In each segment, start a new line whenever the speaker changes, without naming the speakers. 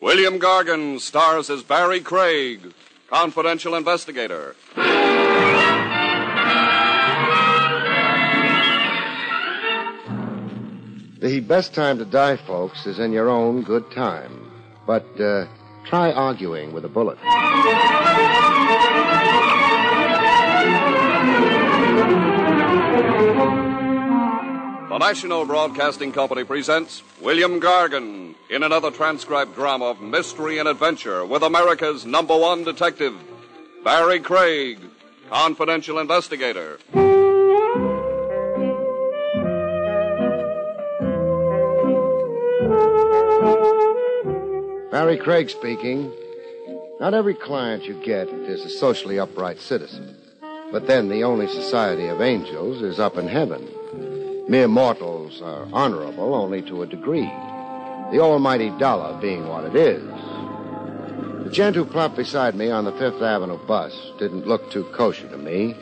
William Gargan stars as Barry Craig, confidential investigator.
The best time to die, folks, is in your own good time. But uh, try arguing with a bullet.
The National Broadcasting Company presents William Gargan in another transcribed drama of mystery and adventure with America's number one detective, Barry Craig, confidential investigator.
Barry Craig speaking. Not every client you get is a socially upright citizen. But then the only society of angels is up in heaven. Mere mortals are honorable only to a degree, the almighty dollar being what it is. The gent who plopped beside me on the Fifth Avenue bus didn't look too kosher to me,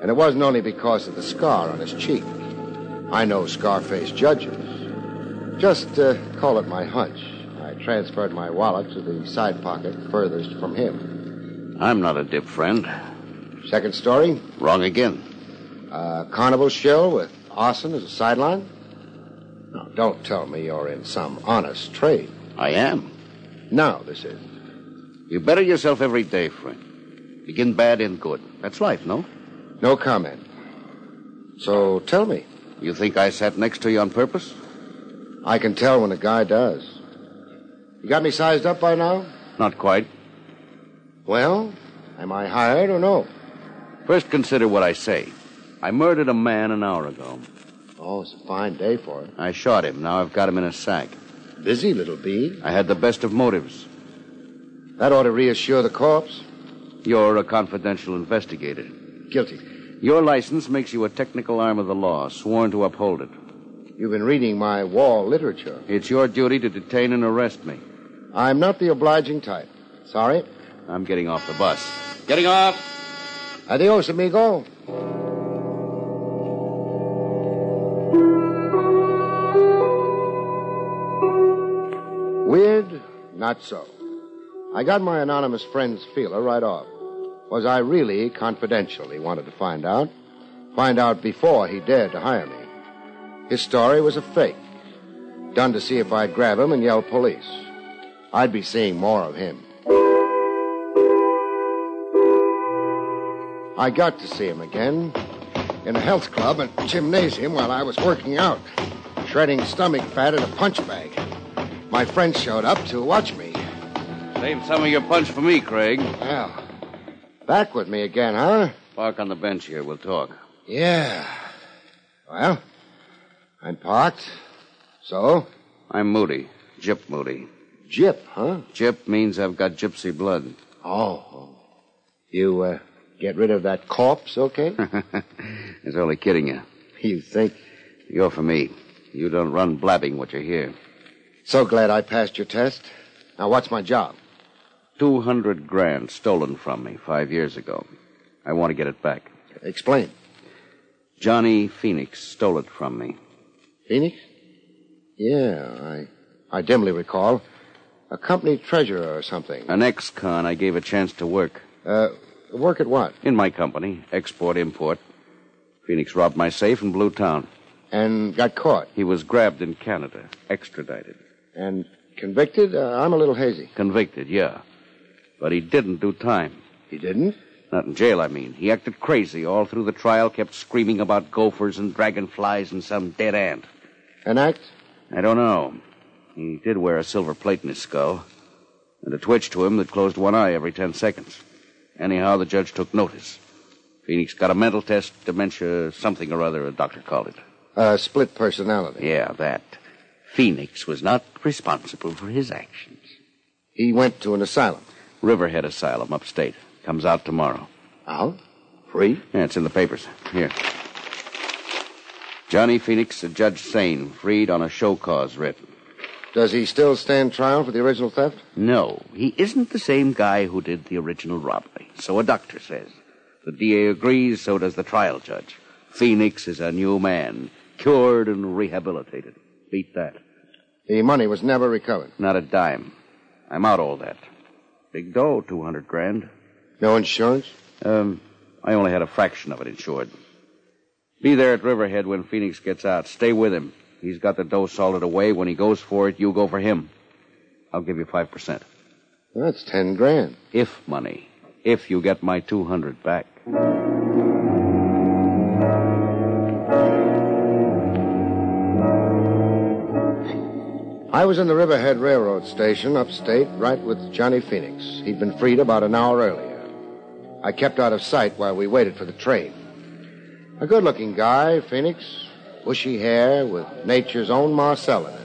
and it wasn't only because of the scar on his cheek. I know Scarface judges. Just uh, call it my hunch. I transferred my wallet to the side pocket furthest from him.
I'm not a dip friend.
Second story,
Wrong again.
a carnival shell with arson as a sideline. Now, don't tell me you're in some honest trade.
I am.
No, this is.
You better yourself every day, friend. Begin bad, end good. That's life, no?
No comment. So tell me.
You think I sat next to you on purpose?
I can tell when a guy does. You got me sized up by now?
Not quite.
Well, am I hired or no?
First, consider what I say. I murdered a man an hour ago.
Oh, it's a fine day for it.
I shot him. Now I've got him in a sack.
Busy little bee.
I had the best of motives.
That ought to reassure the corpse.
You're a confidential investigator.
Guilty.
Your license makes you a technical arm of the law, sworn to uphold it.
You've been reading my wall literature.
It's your duty to detain and arrest me.
I'm not the obliging type. Sorry.
I'm getting off the bus. Getting off!
Adios, amigo. Weird? Not so. I got my anonymous friend's feeler right off. Was I really confidential, he wanted to find out. Find out before he dared to hire me. His story was a fake, done to see if I'd grab him and yell police. I'd be seeing more of him. I got to see him again in a health club and gymnasium while I was working out, shredding stomach fat in a punch bag. My friend showed up to watch me.
Save some of your punch for me, Craig.
Well, back with me again, huh?
Park on the bench here. We'll talk.
Yeah. Well, I'm parked. So,
I'm Moody. Gyp Moody.
Jip, huh?
Gyp means I've got gypsy blood.
Oh. You, uh, get rid of that corpse, okay?
It's only kidding you.
you think?
You're for me. You don't run blabbing what you hear.
So glad I passed your test. Now, what's my job?
200 grand stolen from me five years ago. I want to get it back.
Explain.
Johnny Phoenix stole it from me.
Phoenix? Yeah, I, I dimly recall. A company treasurer or something.
An ex-con I gave a chance to work.
Uh, work at what?
In my company, export, import. Phoenix robbed my safe in Blue Town.
And got caught.
He was grabbed in Canada, extradited.
And convicted? Uh, I'm a little hazy.
Convicted, yeah. But he didn't do time.
He didn't?
Not in jail, I mean. He acted crazy all through the trial, kept screaming about gophers and dragonflies and some dead ant.
An act?
I don't know. He did wear a silver plate in his skull, and a twitch to him that closed one eye every ten seconds. Anyhow, the judge took notice. Phoenix got a mental test, dementia, something or other, a doctor called it.
Uh, split personality.
Yeah, that. Phoenix was not responsible for his actions.
He went to an asylum.
Riverhead Asylum upstate. Comes out tomorrow.
Out? Free?
Yeah, it's in the papers. Here. Johnny Phoenix, a Judge Sane, freed on a show cause writ.
Does he still stand trial for the original theft?
No, he isn't the same guy who did the original robbery. So a doctor says. The DA agrees, so does the trial judge. Phoenix is a new man, cured and rehabilitated. Beat that.
The money was never recovered.
Not a dime. I'm out all that. Big dough, 200 grand.
No insurance?
Um, I only had a fraction of it insured. Be there at Riverhead when Phoenix gets out. Stay with him. He's got the dough salted away. When he goes for it, you go for him. I'll give you 5%.
Well, that's ten grand.
If money. If you get my 200 back.
I was in the Riverhead Railroad station upstate, right with Johnny Phoenix. He'd been freed about an hour earlier. I kept out of sight while we waited for the train. A good looking guy, Phoenix, bushy hair with nature's own Marcel in it.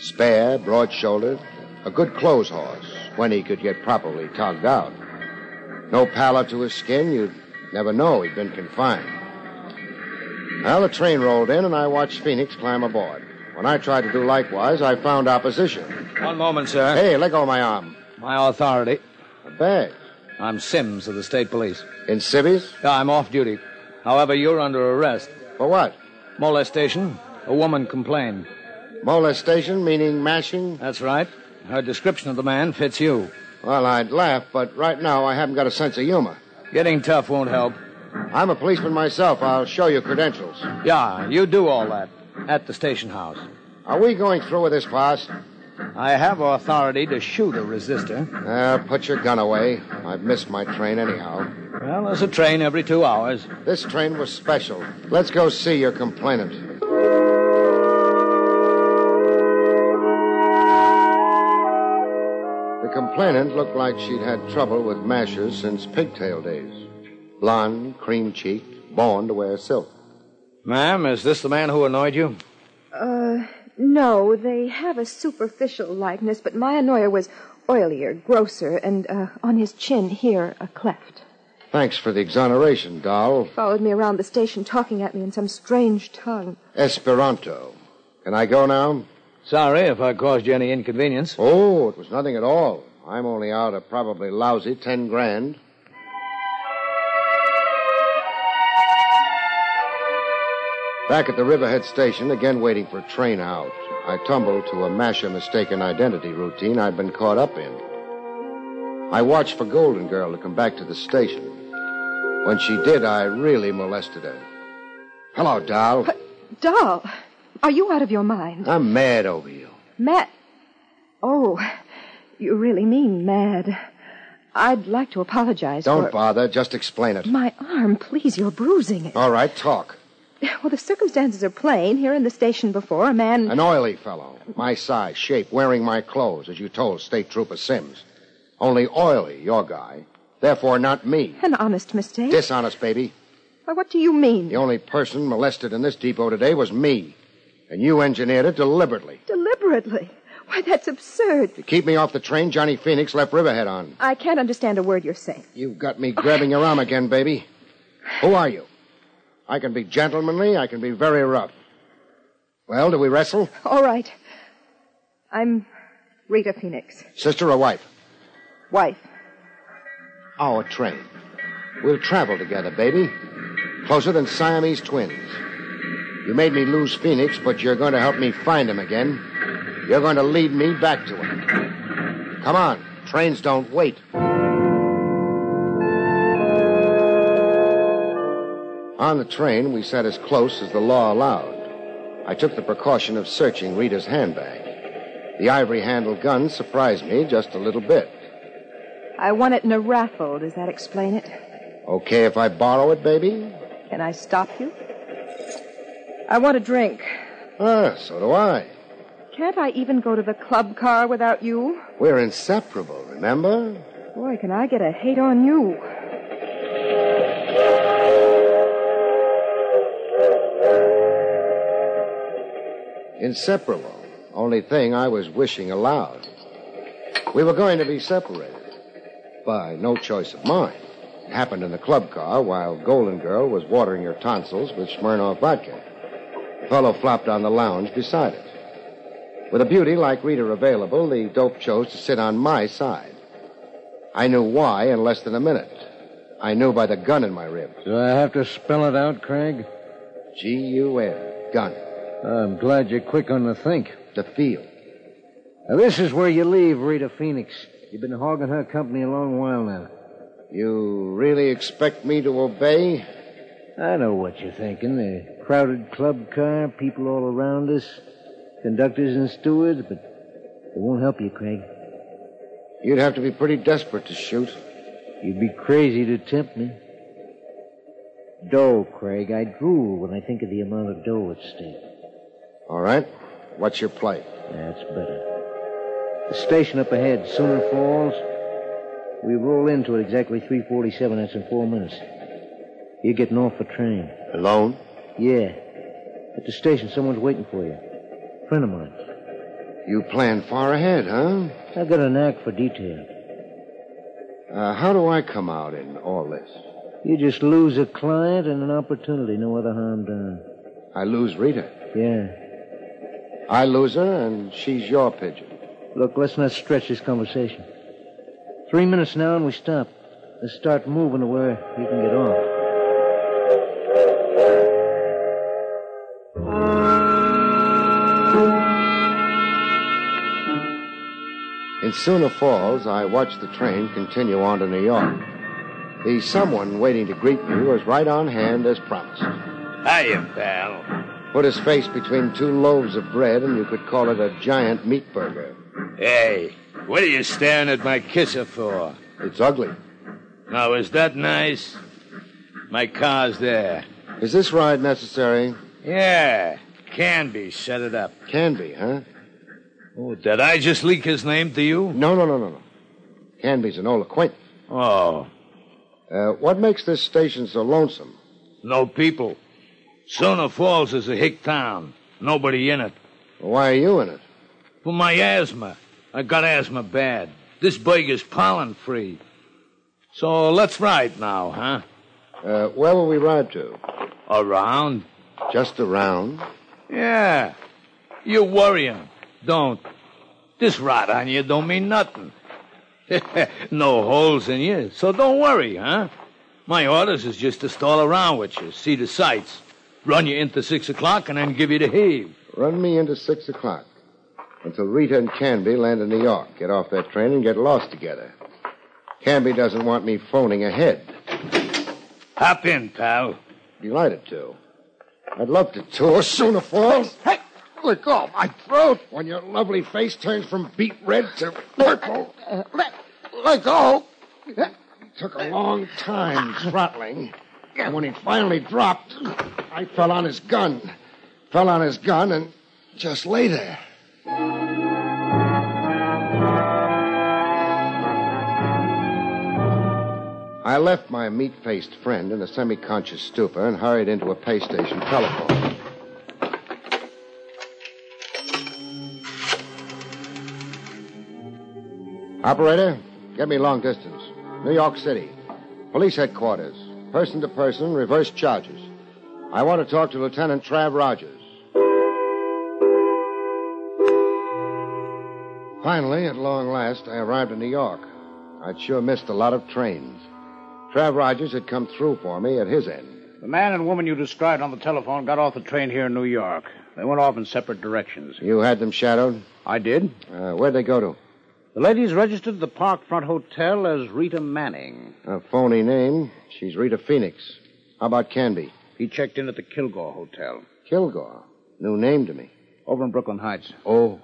Spare, broad shouldered, a good clothes horse when he could get properly togged out. No pallor to his skin, you'd never know he'd been confined. Well, the train rolled in, and I watched Phoenix climb aboard. When I tried to do likewise, I found opposition.
One moment, sir.
Hey, let go of my arm.
My authority.
A bag.
I'm Sims of the state police.
In civvies?
Yeah, I'm off duty. However, you're under arrest.
For what?
Molestation. A woman complained.
Molestation, meaning mashing?
That's right. Her description of the man fits you.
Well, I'd laugh, but right now I haven't got a sense of humor.
Getting tough won't help.
I'm a policeman myself. I'll show you credentials.
Yeah, you do all that at the station house.
Are we going through with this, boss?
I have authority to shoot a resistor.
Uh, put your gun away. I've missed my train anyhow.
Well, there's a train every two hours.
This train was special. Let's go see your complainant. The complainant looked like she'd had trouble with mashers since pigtail days. Blonde, cream cheeked, born to wear silk.
Ma'am, is this the man who annoyed you?
Uh, no, they have a superficial likeness, but my annoyer was oilier, grosser, and uh, on his chin here, a cleft.
Thanks for the exoneration, doll.
Followed me around the station, talking at me in some strange tongue.
Esperanto. Can I go now?
Sorry if I caused you any inconvenience.
Oh, it was nothing at all. I'm only out a probably lousy ten grand. Back at the Riverhead station, again waiting for a train out, I tumbled to a masher mistaken identity routine I'd been caught up in. I watched for Golden Girl to come back to the station. When she did, I really molested her. Hello, doll.
Doll, are you out of your mind?
I'm mad over you.
Mad. Oh, you really mean mad. I'd like to apologize.
Don't
for...
bother. Just explain it.
My arm, please. You're bruising it.
All right, talk.
Well, the circumstances are plain. Here in the station before, a man.
An oily fellow, my size, shape, wearing my clothes, as you told State Trooper Sims. Only oily, your guy. Therefore, not me.
An honest mistake.
Dishonest, baby.
Why, what do you mean?
The only person molested in this depot today was me. And you engineered it deliberately.
Deliberately? Why, that's absurd.
To keep me off the train Johnny Phoenix left Riverhead on.
I can't understand a word you're saying.
You've got me grabbing your arm again, baby. Who are you? I can be gentlemanly, I can be very rough. Well, do we wrestle?
All right. I'm Rita Phoenix,
Sister or wife?
wife.
Our train. We'll travel together, baby. Closer than Siamese twins. You made me lose Phoenix, but you're going to help me find him again. You're going to lead me back to him. Come on. Trains don't wait. On the train, we sat as close as the law allowed. I took the precaution of searching Rita's handbag. The ivory handled gun surprised me just a little bit.
I won it in a raffle. Does that explain it?
Okay if I borrow it, baby?
Can I stop you? I want a drink.
Ah, so do I.
Can't I even go to the club car without you?
We're inseparable, remember?
Boy, can I get a hate on you.
Inseparable. Only thing I was wishing aloud. We were going to be separated. By no choice of mine. It happened in the club car while Golden Girl was watering her tonsils with Smirnoff vodka. The fellow flopped on the lounge beside it. With a beauty like Rita available, the dope chose to sit on my side. I knew why in less than a minute. I knew by the gun in my rib.
Do I have to spell it out, Craig?
G-U-N. Gun.
I'm glad you're quick on the think.
The field.
Now, this is where you leave Rita Phoenix. You've been hogging her company a long while now.
You really expect me to obey?
I know what you're thinking. A crowded club car, people all around us, conductors and stewards, but it won't help you, Craig.
You'd have to be pretty desperate to shoot.
You'd be crazy to tempt me. Dough, Craig. I drool when I think of the amount of dough at stake.
All right. What's your play?
That's better. The station up ahead, Sooner Falls. We roll into it exactly 347. That's in four minutes. You're getting off the train.
Alone?
Yeah. At the station, someone's waiting for you. Friend of mine.
You plan far ahead, huh?
I've got a knack for detail.
Uh, how do I come out in all this?
You just lose a client and an opportunity, no other harm done.
I lose Rita.
Yeah.
I lose her, and she's your pigeon.
Look, let's not stretch this conversation. Three minutes now and we stop. Let's start moving to where you can get off.
In Sooner Falls, I watched the train continue on to New York. The someone waiting to greet me was right on hand as promised.
Hiya, pal.
Put his face between two loaves of bread, and you could call it a giant meat burger.
Hey, what are you staring at my kisser for?
It's ugly.
Now, is that nice? My car's there.
Is this ride necessary?
Yeah, can be. Set it up.
Can be, huh?
Oh, did I just leak his name to you?
No, no, no, no, no. Canby's an old acquaintance.
Oh,
Uh, what makes this station so lonesome?
no people. Sooner Falls is a hick town. Nobody in it.
Why are you in it?
For my asthma. I got asthma bad. This burger's pollen free. So let's ride now, huh?
Uh, where will we ride to?
Around?
Just around.
Yeah. You're worrying. Don't. This rot on you don't mean nothing. no holes in you, so don't worry, huh? My orders is just to stall around with you, see the sights, run you into six o'clock, and then give you the heave.
Run me into six o'clock. Until Rita and Canby land in New York, get off that train and get lost together. Canby doesn't want me phoning ahead.
Hop in, pal.
Delighted to. I'd love to tour Sooner Falls. Hey, look off my throat when your lovely face turns from beet red to purple. Let, let go. Took a long time throttling. And when he finally dropped, I fell on his gun. Fell on his gun and just lay there. I left my meat faced friend in a semi conscious stupor and hurried into a pay station telephone. Operator, get me long distance. New York City. Police headquarters. Person to person, reverse charges. I want to talk to Lieutenant Trav Rogers. Finally, at long last, I arrived in New York. I'd sure missed a lot of trains. Trav Rogers had come through for me at his end.
The man and woman you described on the telephone got off the train here in New York. They went off in separate directions.
You had them shadowed?
I did.
Uh, where'd they go to?
The lady's registered at the Parkfront Hotel as Rita Manning.
A phony name. She's Rita Phoenix. How about Canby?
He checked in at the Kilgore Hotel
Kilgore. New name to me.
over in Brooklyn Heights.
Oh.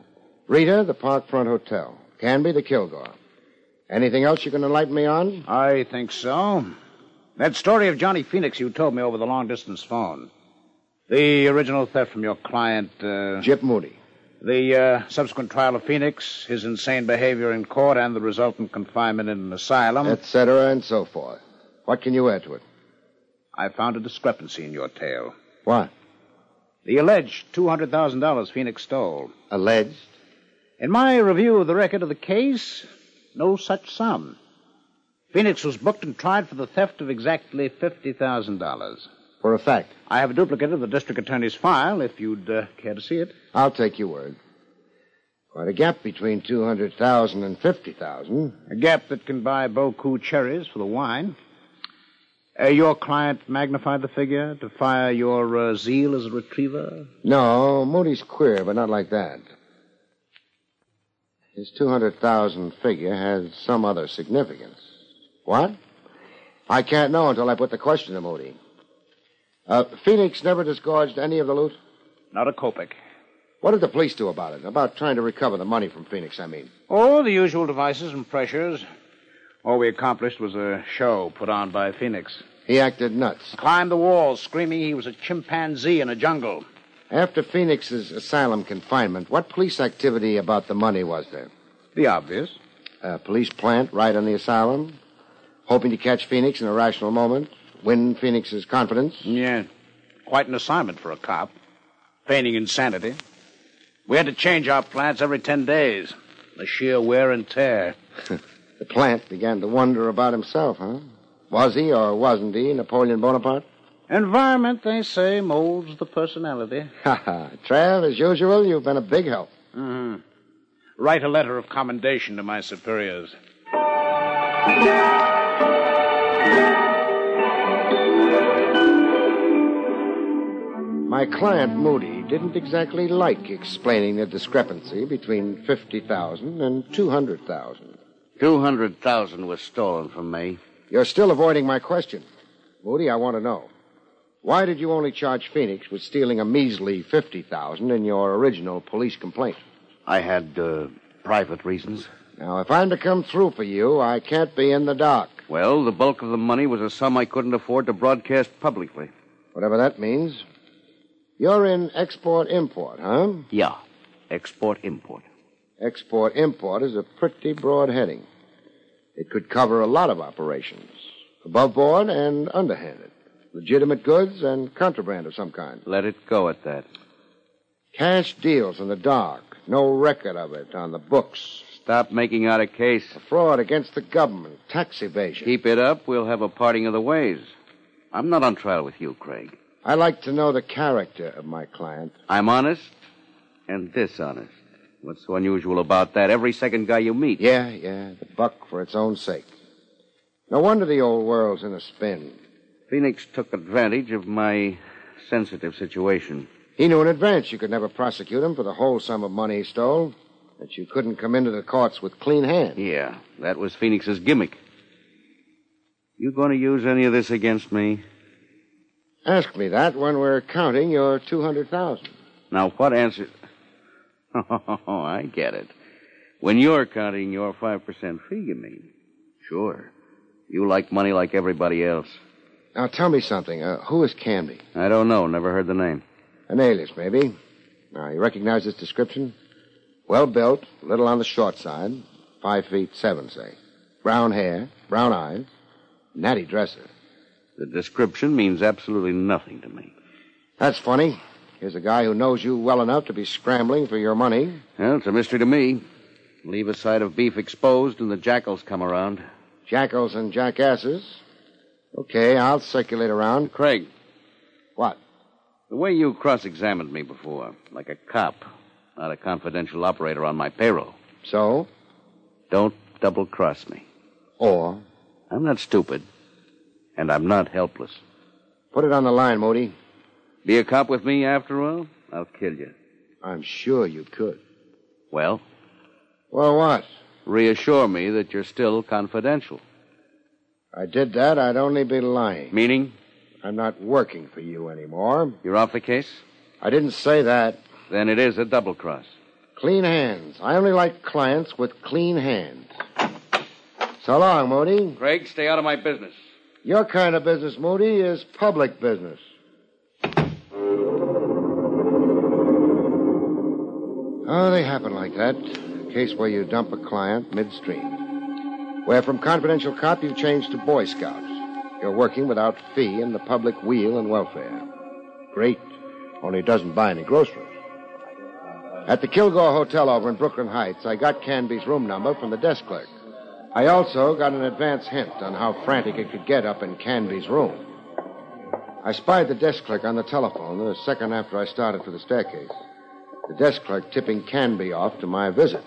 Rita, the Parkfront Hotel. Canby, the Kilgore. Anything else you can enlighten me on?
I think so. That story of Johnny Phoenix you told me over the long distance phone. The original theft from your client, uh,
Jip Moody.
the uh, subsequent trial of Phoenix, his insane behavior in court, and the resultant confinement in an asylum.
Et cetera, and so forth. What can you add to it?
I found a discrepancy in your tale.
What?
The alleged $200,000 Phoenix stole.
Alleged?
In my review of the record of the case, no such sum. Phoenix was booked and tried for the theft of exactly $50,000.
For a fact.
I have a duplicate of the district attorney's file if you'd uh, care to see it.
I'll take your word. Quite a gap between 200,000 and 50,000.
A gap that can buy Boku cherries for the wine. Uh, your client magnified the figure to fire your uh, zeal as a retriever?
No, Moody's queer, but not like that. His 200,000 figure had some other significance. What? I can't know until I put the question to Moody. Uh, Phoenix never disgorged any of the loot?
Not a kopeck.
What did the police do about it? About trying to recover the money from Phoenix, I mean.
All the usual devices and pressures. All we accomplished was a show put on by Phoenix.
He acted nuts.
Climbed the wall screaming he was a chimpanzee in a jungle.
After Phoenix's asylum confinement, what police activity about the money was there?
The obvious.
A police plant right on the asylum, hoping to catch Phoenix in a rational moment, win Phoenix's confidence.
Yeah. Quite an assignment for a cop. Feigning insanity. We had to change our plants every ten days. The sheer wear and tear.
The plant began to wonder about himself, huh? Was he or wasn't he Napoleon Bonaparte?
Environment, they say, molds the personality.
Ha ha. Trav, as usual, you've been a big help.
Write a letter of commendation to my superiors.
My client, Moody, didn't exactly like explaining the discrepancy between 50,000 and 200,000.
200,000 was stolen from me.
You're still avoiding my question. Moody, I want to know. Why did you only charge Phoenix with stealing a measly 50,000 in your original police complaint?
I had uh, private reasons.
Now, if I'm to come through for you, I can't be in the dark.
Well, the bulk of the money was a sum I couldn't afford to broadcast publicly.
Whatever that means. You're in export import, huh?
Yeah. Export import.
Export import is a pretty broad heading. It could cover a lot of operations, above board and underhanded, legitimate goods and contraband of some kind.
Let it go at that.
Cash deals in the dark, no record of it on the books.
Stop making out a case.
Fraud against the government, tax evasion.
Keep it up, we'll have a parting of the ways. I'm not on trial with you, Craig.
I like to know the character of my client.
I'm honest and dishonest. What's so unusual about that? Every second guy you meet.
Yeah, yeah, the buck for its own sake. No wonder the old world's in a spin.
Phoenix took advantage of my sensitive situation.
He knew in advance you could never prosecute him for the whole sum of money he stole, that you couldn't come into the courts with clean hands.
Yeah, that was Phoenix's gimmick. You going to use any of this against me?
Ask me that when we're counting your 200,000.
Now, what answer? Oh, I get it. When you're counting your 5% fee, you mean? Sure. You like money like everybody else.
Now tell me something. Uh, who is Canby?
I don't know. Never heard the name.
An alias, maybe. Now, you recognize this description? Well built, a little on the short side, five feet seven, say. Brown hair, brown eyes, natty dresser.
The description means absolutely nothing to me.
That's funny. Here's a guy who knows you well enough to be scrambling for your money.
Well, it's a mystery to me. Leave a side of beef exposed and the jackals come around.
Jackals and jackasses. Okay, I'll circulate around.
Craig,
What?
the way you cross examined me before, like a cop, not a confidential operator on my payroll.
So?
Don't double cross me.
Or?
I'm not stupid, and I'm not helpless.
Put it on the line, Moody.
Be a cop with me after all? I'll kill you.
I'm sure you could.
Well,
Well, what?
reassure me that you're still confidential.
I did that, I'd only be lying.
Meaning,
I'm not working for you anymore.
you're off the case?
I didn't say that.
Then it is a double cross.
Clean hands. I only like clients with clean hands. So long, Moody.
Craig, stay out of my business.
Your kind of business, Moody, is public business. Oh, they happen like that. A case where you dump a client midstream. Where from confidential cop you change to Boy Scout. You're working without fee in the public wheel and welfare. Great. Only it doesn't buy any groceries. At the Kilgore Hotel over in Brooklyn Heights, I got Canby's room number from the desk clerk. I also got an advance hint on how frantic it could get up in Canby's room. I spied the desk clerk on the telephone the second after I started for the staircase. The desk clerk tipping Canby off to my visit.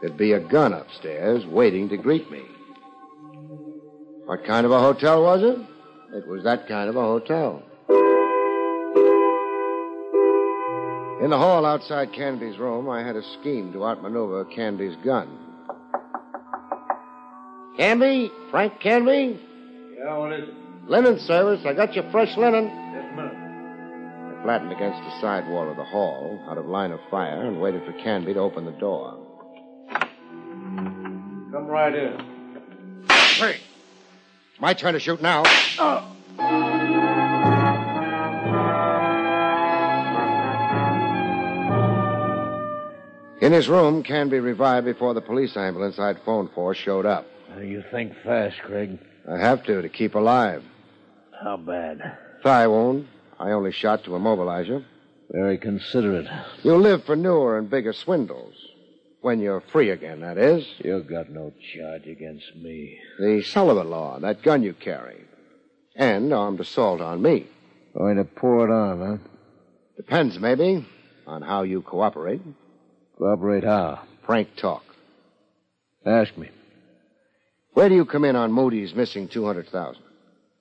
There'd be a gun upstairs waiting to greet me. What kind of a hotel was it? It was that kind of a hotel. In the hall outside Canby's room, I had a scheme to outmaneuver Canby's gun. Canby? Frank Canby?
Yeah, what is it?
Linen service. I got your fresh linen.
Just a minute.
I flattened against the side wall of the hall, out of line of fire, and waited for Canby to open the door.
Come right in.
Hey! It's my turn to shoot now. In his room, Canby revived before the police ambulance I'd phoned for showed up.
you think fast, Craig.
I have to, to keep alive.
How bad?
Thigh wound. I only shot to immobilize you.
Very considerate.
You'll live for newer and bigger swindles. When you're free again, that is.
You got no charge against me.
The Sullivan law, that gun you carry. And armed assault on me.
Going to pour it on, huh?
Depends, maybe, on how you cooperate.
Cooperate how?
Frank talk.
Ask me.
Where do you come in on Moody's missing 200,000?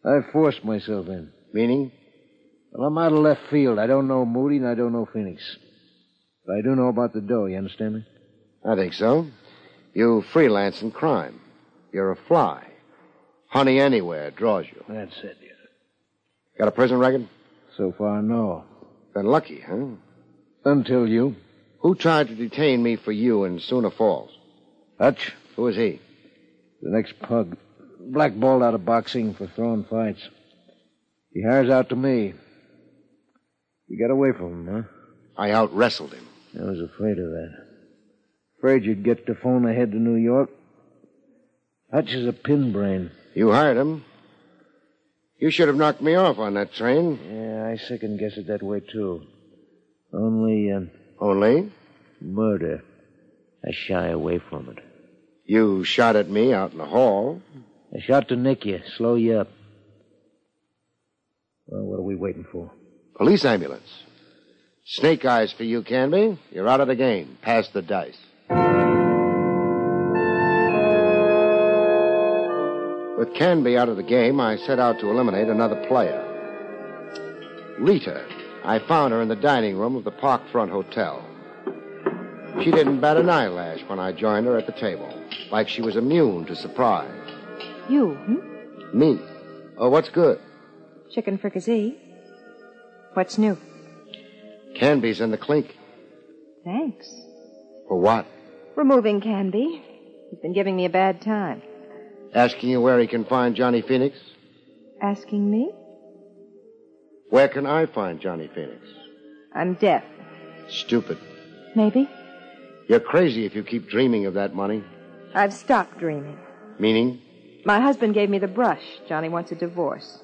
I forced myself in.
Meaning?
Well, I'm out of left field. I don't know Moody and I don't know Phoenix. But I do know about the dough, you understand me?
I think so. You freelance in crime. You're a fly. Honey anywhere draws you.
That's it, yeah.
Got a prison record?
So far, no.
Been lucky, huh?
Until you.
Who tried to detain me for you in Sooner Falls?
Hutch,
Who is he?
the next pug. Blackballed out of boxing for throwing fights. He hires out to me. You got away from him,
I out wrestled him.
huh? I was afraid of that. Afraid you'd get the phone ahead to New York. Hutch is a pinbrain.
You hired him. You should have knocked me off on that train.
Yeah, I second guess it that way, too. Only, um,
Only,
murder. I shy away from it.
you shot at me out in the hall.
I shot to nick you, slow you up. Well, what are we waiting for?
Police ambulance. Snake eyes for you, Canby. You're out of the game. Pass the dice. With Canby out of the game, I set out to eliminate another player. Rita. I found her in the dining room of the Parkfront Hotel. She didn't bat an eyelash when I joined her at the table, like she was immune to surprise.
You, hmm?
Me. Oh, what's good?
Chicken fricassee. What's new?
Canby's in the clink.
Thanks.
For what?
Removing Canby. He's been giving me a bad time.
Asking you where he can find Johnny Phoenix?
Asking me?
Where can I find Johnny Phoenix?
I'm deaf.
Stupid.
Maybe?
You're crazy if you keep dreaming of that money.
I've stopped dreaming.
Meaning?
My husband gave me the brush. Johnny wants a divorce.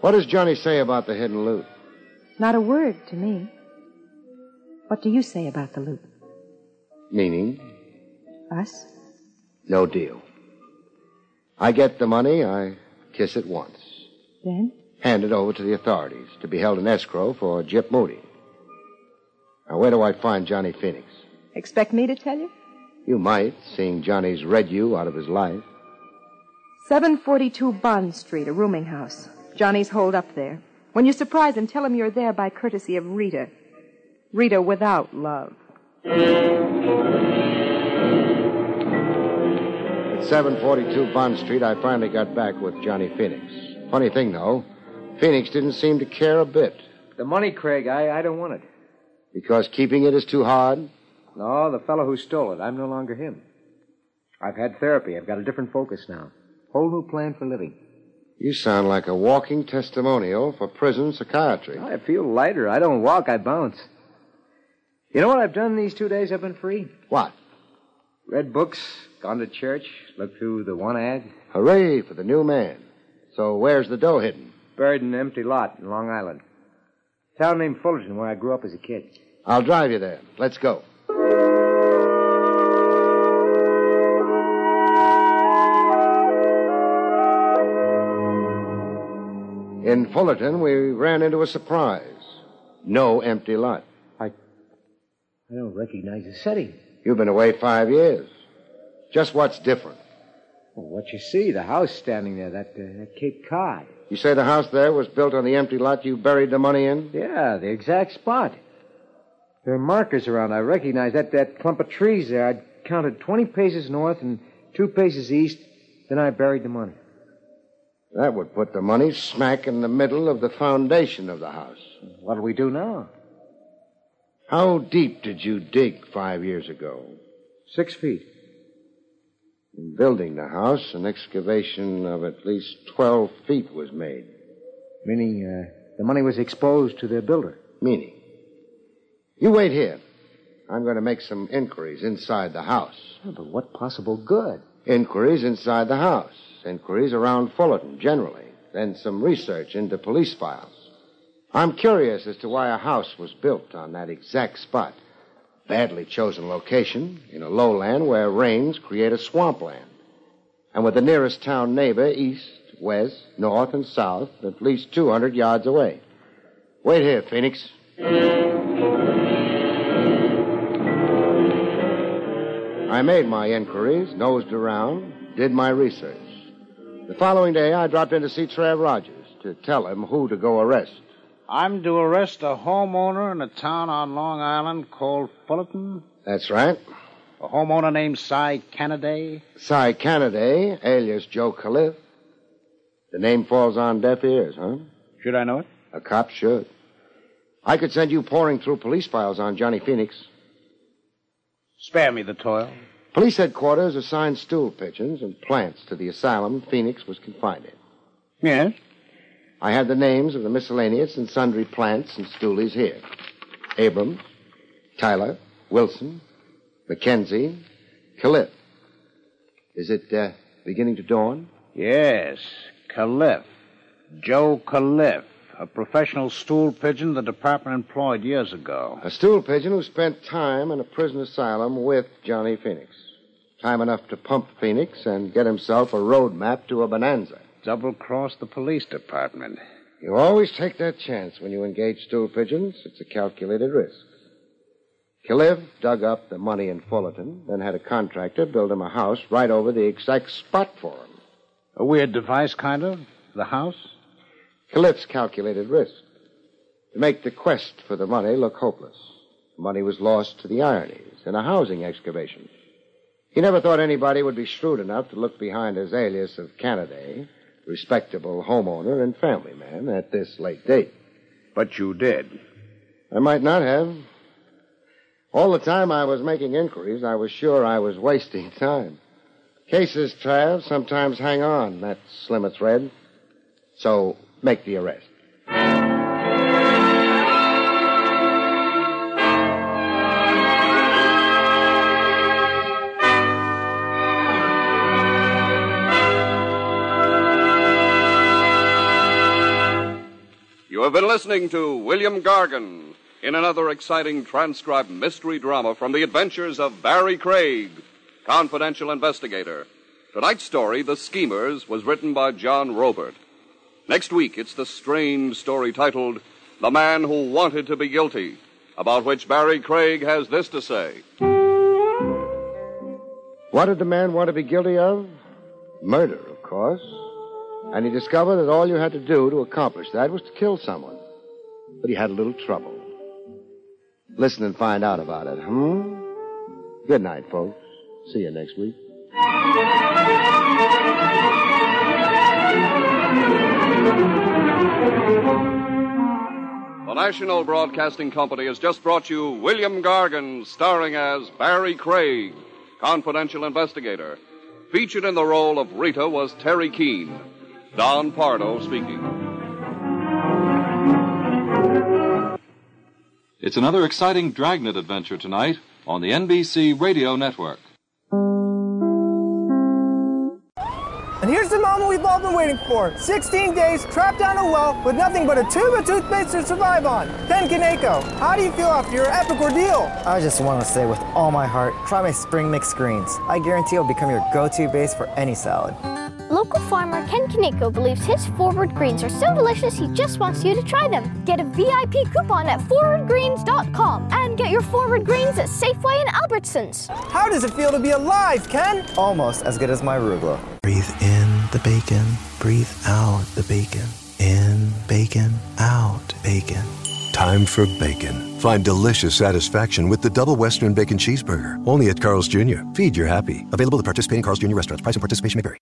What does Johnny say about the hidden loot?
Not a word to me. What do you say about the loot?
Meaning?
Us?
No deal. I get the money, I kiss it once.
Then?
Hand it over to the authorities to be held in escrow for Jip Moody. Now, where do I find Johnny Phoenix?
Expect me to tell you?
You might, seeing Johnny's read you out of his life.
742 Bond Street, a rooming house. Johnny's holed up there. When you surprise him, tell him you're there by courtesy of Rita. Rita without love.
At 742 Bond Street, I finally got back with Johnny Phoenix. Funny thing, though, Phoenix didn't seem to care a bit
The money, Craig, I, I don't want it.
because keeping it is too hard.
No, the fellow who stole it. I'm no longer him. I've had therapy. I've got a different focus now. Whole new plan for living.
You sound like a walking testimonial for prison psychiatry.
I feel lighter. I don't walk, I bounce. You know what I've done these two days I've been free?
What?
Read books, gone to church, looked through the one ad.
Hooray for the new man. So where's the dough hidden?
Buried in an empty lot in Long Island. Town named Fullerton where I grew up as a kid.
I'll drive you there. Let's go. In Fullerton, we ran into a surprise. No empty lot.
I don't recognize the setting.
You've been away five years. Just what's different?
Well, what you see, the house standing there, that, uh, that Cape Cod.
You say the house there was built on the empty lot you buried the money in?
Yeah, the exact spot. There are markers around. I recognize that, that clump of trees there. I counted 20 paces north and two paces east. Then I buried the money.
That would put the money smack in the middle of the foundation of the house.
What'll we do now?
How deep did you dig five years ago?
Six feet.
In building the house, an excavation of at least 12 feet was made.
Meaning, uh, the money was exposed to their builder.
Meaning? You wait here. I'm going to make some inquiries inside the house.
Yeah, but what possible good?
Inquiries inside the house. Inquiries around Fullerton, generally. Then some research into police files. I'm curious as to why a house was built on that exact spot. Badly chosen location in a lowland where rains create a swampland. And with the nearest town neighbor east, west, north, and south at least 200 yards away. Wait here, Phoenix. I made my inquiries, nosed around, did my research. The following day, I dropped in to see Trev Rogers to tell him who to go arrest.
I'm to arrest a homeowner in a town on Long Island called Fullerton.
That's right.
A homeowner named Cy Canaday.
Cy Canaday, alias Joe Califf. The name falls on deaf ears, huh?
Should I know it?
A cop should. I could send you pouring through police files on Johnny Phoenix.
Spare me the toil.
Police headquarters assigned stool pigeons and plants to the asylum Phoenix was confined in.
Yes?
I have the names of the miscellaneous and sundry plants and stoolies here. Abrams, Tyler, Wilson, Mackenzie, Califf. Is it uh, beginning to dawn?
Yes. Califf. Joe Califf, a professional stool pigeon the department employed years ago.
A stool pigeon who spent time in a prison asylum with Johnny Phoenix. Time enough to pump Phoenix and get himself a road map to a bonanza.
Double crossed the police department.
You always take that chance when you engage stool pigeons. It's a calculated risk. Kalev dug up the money in Fullerton, then had a contractor build him a house right over the exact spot for him.
A weird device, kind of. The house?
Kalev's calculated risk. To make the quest for the money look hopeless. The money was lost to the ironies in a housing excavation. He never thought anybody would be shrewd enough to look behind his alias of Canaday, respectable homeowner and family man, at this late date.
But you did.
I might not have. All the time I was making inquiries, I was sure I was wasting time. Cases, Trav, sometimes hang on that slim a thread. So make the arrest.
You have been listening to William Gargan in another exciting transcribed mystery drama from the adventures of Barry Craig, confidential investigator. Tonight's story, The Schemers, was written by John Robert. Next week, it's the strange story titled The Man Who Wanted to Be Guilty, about which Barry Craig has this to say.
What did the man want to be guilty of? Murder, of course. And he discovered that all you had to do to accomplish that was to kill someone. But he had a little trouble. Listen and find out about it, hmm? Good night, folks. See you next week.
The National Broadcasting Company has just brought you William Gargan, starring as Barry Craig, confidential investigator. Featured in the role of Rita was Terry Keene. Don Pardo speaking.
It's another exciting Dragnet adventure tonight on the NBC Radio Network.
And here's the moment we've all been waiting for 16 days trapped down a well with nothing but a tube of toothpaste to survive on. Then Kaneko, how do you feel after your epic ordeal?
I just want to say with all my heart try my spring mix greens. I guarantee it'll become your go to base for any salad.
Local farmer Ken Kaneko believes his Forward Greens are so delicious he just wants you to try them. Get a VIP coupon at forwardgreens.com and get your Forward Greens at Safeway and Albertsons.
How does it feel to be alive, Ken?
Almost as good as my arugula.
Breathe in the bacon, breathe out the bacon. In bacon, out bacon.
time for bacon. Find delicious satisfaction with the Double Western Bacon Cheeseburger. Only at Carl's Jr. Feed your happy. Available at participating Carl's Jr. restaurants. Price and participation may vary.